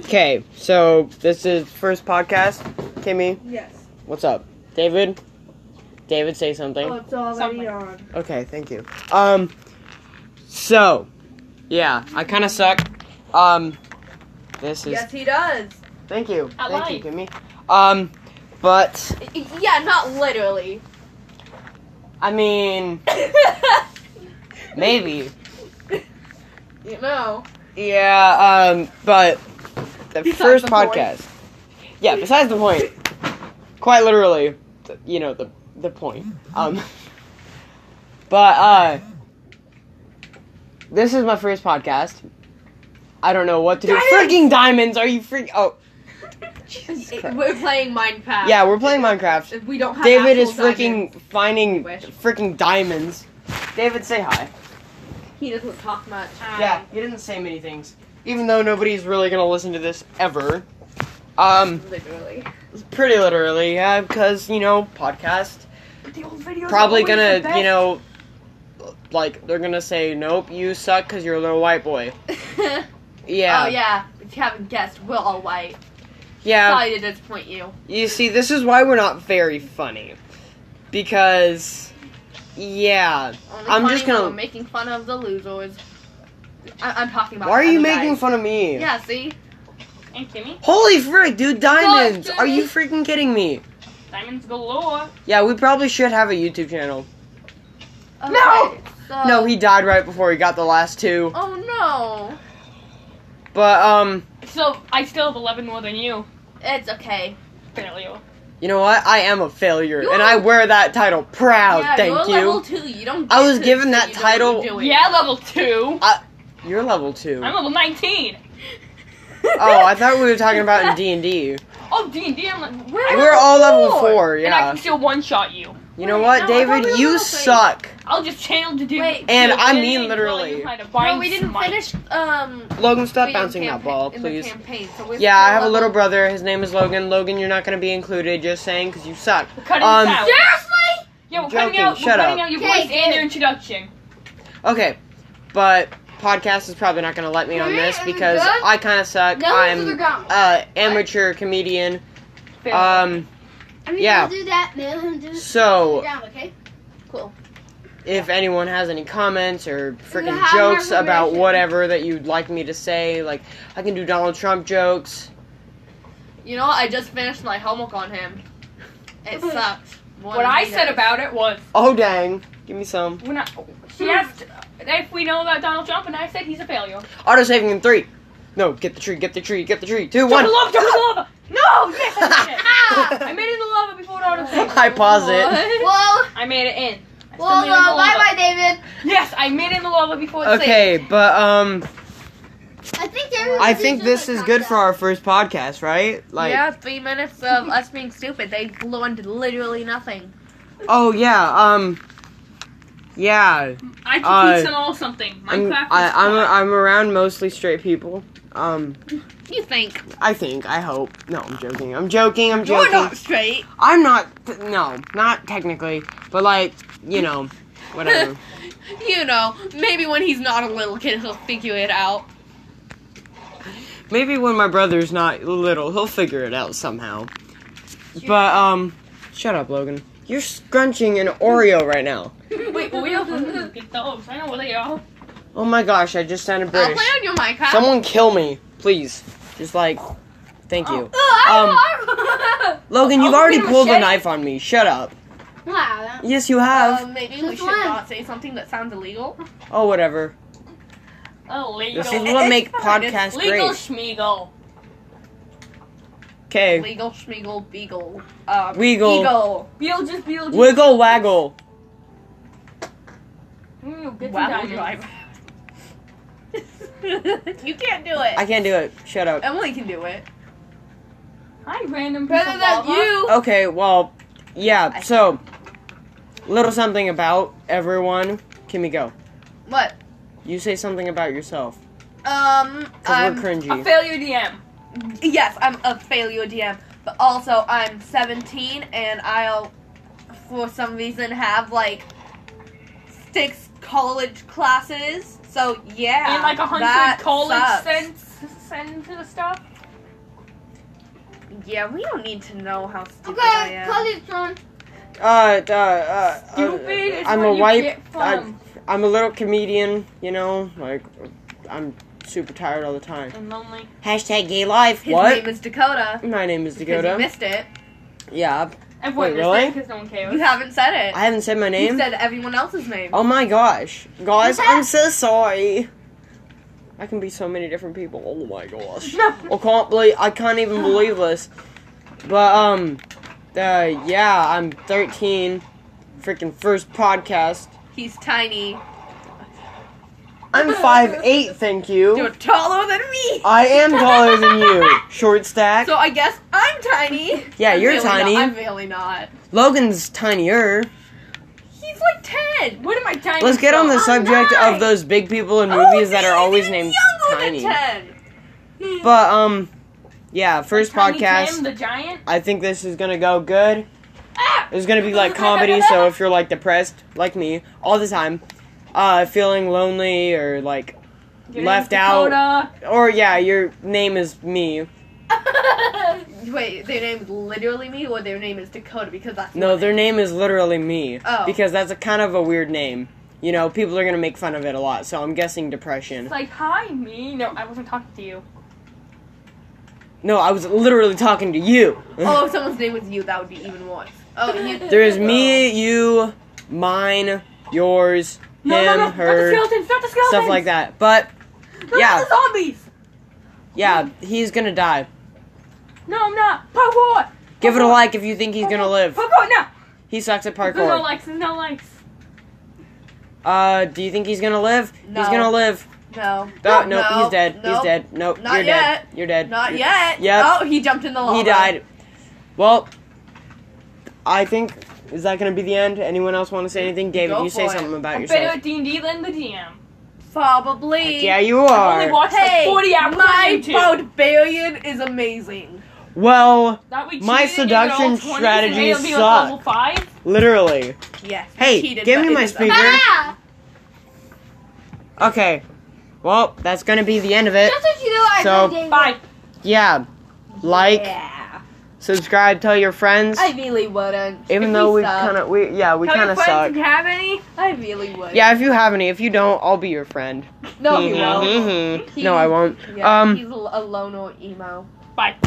Okay, so this is first podcast. Kimmy, Yes. what's up? David? David, say something. Oh, it's already Something. on. Okay, thank you. Um, so, yeah, I kind of suck. Um, this is. Yes, he does. Thank you. I Thank you, Kimmy. Um, but, Yeah, not literally. I mean, maybe. you know. Yeah, um, but the Besides first the point. podcast. Yeah, besides the point. Quite literally, th- you know, the the point. Um But uh this is my first podcast. I don't know what to do. Diamonds! Freaking diamonds, are you freak Oh, Christ. We're playing Minecraft. yeah, we're playing Minecraft. We don't have David is actual diamonds. freaking finding Wish. freaking diamonds. David, say hi. He doesn't talk much. Yeah, he didn't say many things. Even though nobody's really gonna listen to this ever. Um, Literally. pretty literally, yeah, because, you know, podcast. But the old videos Probably gonna, you know, like, they're gonna say, nope, you suck because you're a little white boy. know. Yeah. Oh yeah. If you haven't guessed, we're all white. Yeah. Sorry to disappoint you. You see, this is why we're not very funny. Because, yeah. Only I'm funny just gonna- when we're making fun of the losers. I- I'm talking about. Why are you other making guys. fun of me? Yeah. See. And Kimmy, Holy frick, dude, diamonds! Fuck, Are you dude. freaking kidding me? diamonds galore. Yeah, we probably should have a YouTube channel. No. So... No, he died right before he got the last two. Oh But um, So I still have 11 more than you. no. It's okay. Failure. you know what? I am a failure, and You're- I wear that title proud. yeah, thank you're you. level two. You don't. I get was to given say that you don't title- do it. Yeah, level two. You're level two. I'm level 19. oh, I thought we were talking about in D and D. Oh, D and D. I'm like, where? We're all level four. And I Yeah. can still one shot you. You know Wait, what, no, I thought we David? were You level three. suck. I'll just channel to do. Wait, And I mean Really, literally. you had a No, bind we didn't smite. finish. Um. Logan, stop reading bouncing that campa- ball, in the please. campaign, so we're Yeah, I have a still little level- brother. His name is Logan. Logan, you're not gonna be included. Just saying, because you suck. We're cutting Um, this out. Seriously? Yeah, we're Joking, cutting out. shut we're cutting up. out your Okay, voice and good. your introduction. Okay, but podcast is probably not gonna let me on Three this and because good. I kind of suck. No, those are I'm gone. a amateur comedian. Fair. Um, I mean, yeah. we'll do that. We'll do we'll so do that, okay? Cool. if anyone has any comments or freaking have more jokes about information. whatever that you'd like me to say, like I can do Donald Trump jokes. You know, I just finished my homework on him. It sucked. what I said about it was Oh dang, give me some. when I she Hmm. asked if we know about Donald Trump, and I said he's a failure. Auto saving in three. No, get the tree, get the tree, get the tree. Two, Jump one. in the lava! Jump in the lava! No! Yes, I did it. I made it in the lava before it auto saved. I pause it. Well, I made it in. I still well, made it in the uh, bye, lava. bye, David. Yes, I made it in the lava before it saved. Okay, but um, I think I think this is good for our first podcast, right? Like, yeah, three minutes of us being stupid. They blew into literally nothing. oh yeah, um, yeah. I can Uh, teach them all something. I'm Minecraft I, is I'm fun. I'm around mostly straight people. Um, You think? I think, I hope. No, I'm joking. I'm joking. I'm You're joking. not straight. I'm not. Th- no, not technically, but like you know, whatever. You know, maybe when he's not a little kid, he'll figure it out. Maybe when my brother's not little, he'll figure it out somehow. But um, shut up, Logan. You're scrunching an Oreo right now. Wait, we have get those. I know where they are. Oh my gosh, I just sounded I'll British. play on your Minecraft. Someone kill me, please. Just like, thank you, Um, Oh, Logan. You've I'll already get a pulled a machete. knife on me. Shut up. Wow. Yes, you I have. am. Uh, maybe we Just should one. not say something that sounds illegal. oh, whatever. Oh, legal. This is what make It's fine, it's podcasts legal great. schmeagle. Okay, Legal, schmeagle, beagle. Um, Weagle. Eagle. Beetlejuice, Beetlejuice. wiggle waggle. Mm, get some Wow, diamonds. driver. you can't do it. I can't do it. Shut up. Emily can do it. Hi, random piece Better than of lava. you. Okay, well, yeah, so, little something about everyone. Kimmy, go. What? You say something about yourself. Um, Because I'm, we're cringy. A failure DM. yes, I'm a failure DM, but also I'm 17 and I'll, for some reason, have like six college classes. So yeah, and like a that hundred college sucks. cents send to the stuff. Yeah, we don't need to know how stupid I Okay, am. cause it's wrong. Uh, uh, uh, uh, Stupid is I'm what a you wipe. get I, from. I'm a little comedian, you know. Like, I'm super tired all the time. And lonely. Hashtag gay life. His what? name is Dakota. My name is Because you Dakota. missed it. Yeah, I've- Everyone Wait, just really? because no one cares. You haven't said it. I haven't said my you name. said everyone else's name. oh my gosh, guys, I'm so sorry. I can be so many different people. Oh my gosh. No. I can't believe I can't even believe this. But um, uh, yeah, I'm 13. Freaking first podcast. He's tiny. I'm 5'8", thank You're you. taller than me. I am taller than you. Short stack. So I guess I'm tiny. Yeah, I'm you're really not- tiny. I'm really not. Logan's tinier. He's like ten. What am I tiny? Let's get on the for? subject nice. of those big people in Oh, movies that he's are always even named younger tiny. Than Hmm. 10. But um, yeah, first Tiny podcast. Tim the giant. I think this is gonna go good. Ah! It's gonna be like comedy, so if you're like depressed, like me, all the time, uh, feeling lonely or like, Your Left name's out. Dakota. or yeah, your name is me. Wait, their name's literally me, or their name is Dakota because that's No, mine. their name is literally me. Oh. Because that's a kind of a weird name. You know, people are gonna make fun of it a lot, so I'm guessing depression. It's like, hi, me. No, I wasn't talking to you. No, I was literally talking to you. Oh, if someone's name was you, that would be even worse. Oh, you. there is me, you, mine, yours, No, him, no, no, her, not the skeletons, not the skeletons. stuff like that. But No, Yeah. not the zombies. yeah, he's gonna die. No, I'm not. Parkour. Give it a Parkour. like if you think he's gonna live. Parkour, no. He sucks at There's no parkour. likes. There's no likes. Uh, do you think he's gonna live? No. He's gonna live. No. Oh, no, he's dead. no, He's dead. Nope, Not you're dead. yet. You're dead. Not You're- yet. Yep. Oh, he jumped in the lava. He died. Well, I think is that gonna be the end? Anyone else want to say anything? David, Go you say for it. something about I'm better yourself. at D&D than the DM. Probably. Yeah, you I've only are. watched Hey, like 40 hours my of YouTube. barbarian is amazing. Well, That we My cheated and you got all seduction 20s and strategies made it be, like, suck. level five. literally. Yes. we Hey, cheated, give but me it my is speaker. amazing. Ah! Okay. Well, that's gonna be the end of it. That's what you do. I So, think, David. Bye. Yeah. Like, Yeah. subscribe, tell your friends. I really wouldn't. Even If though we we kind of we yeah we Tell kind your of friends suck. if you have any. I really would. Yeah, if you have any. If you don't, I'll be your friend. No, he Mhm, won't. mhm. He- no, I won't. Yeah, um, he's a a lone or emo. Bye.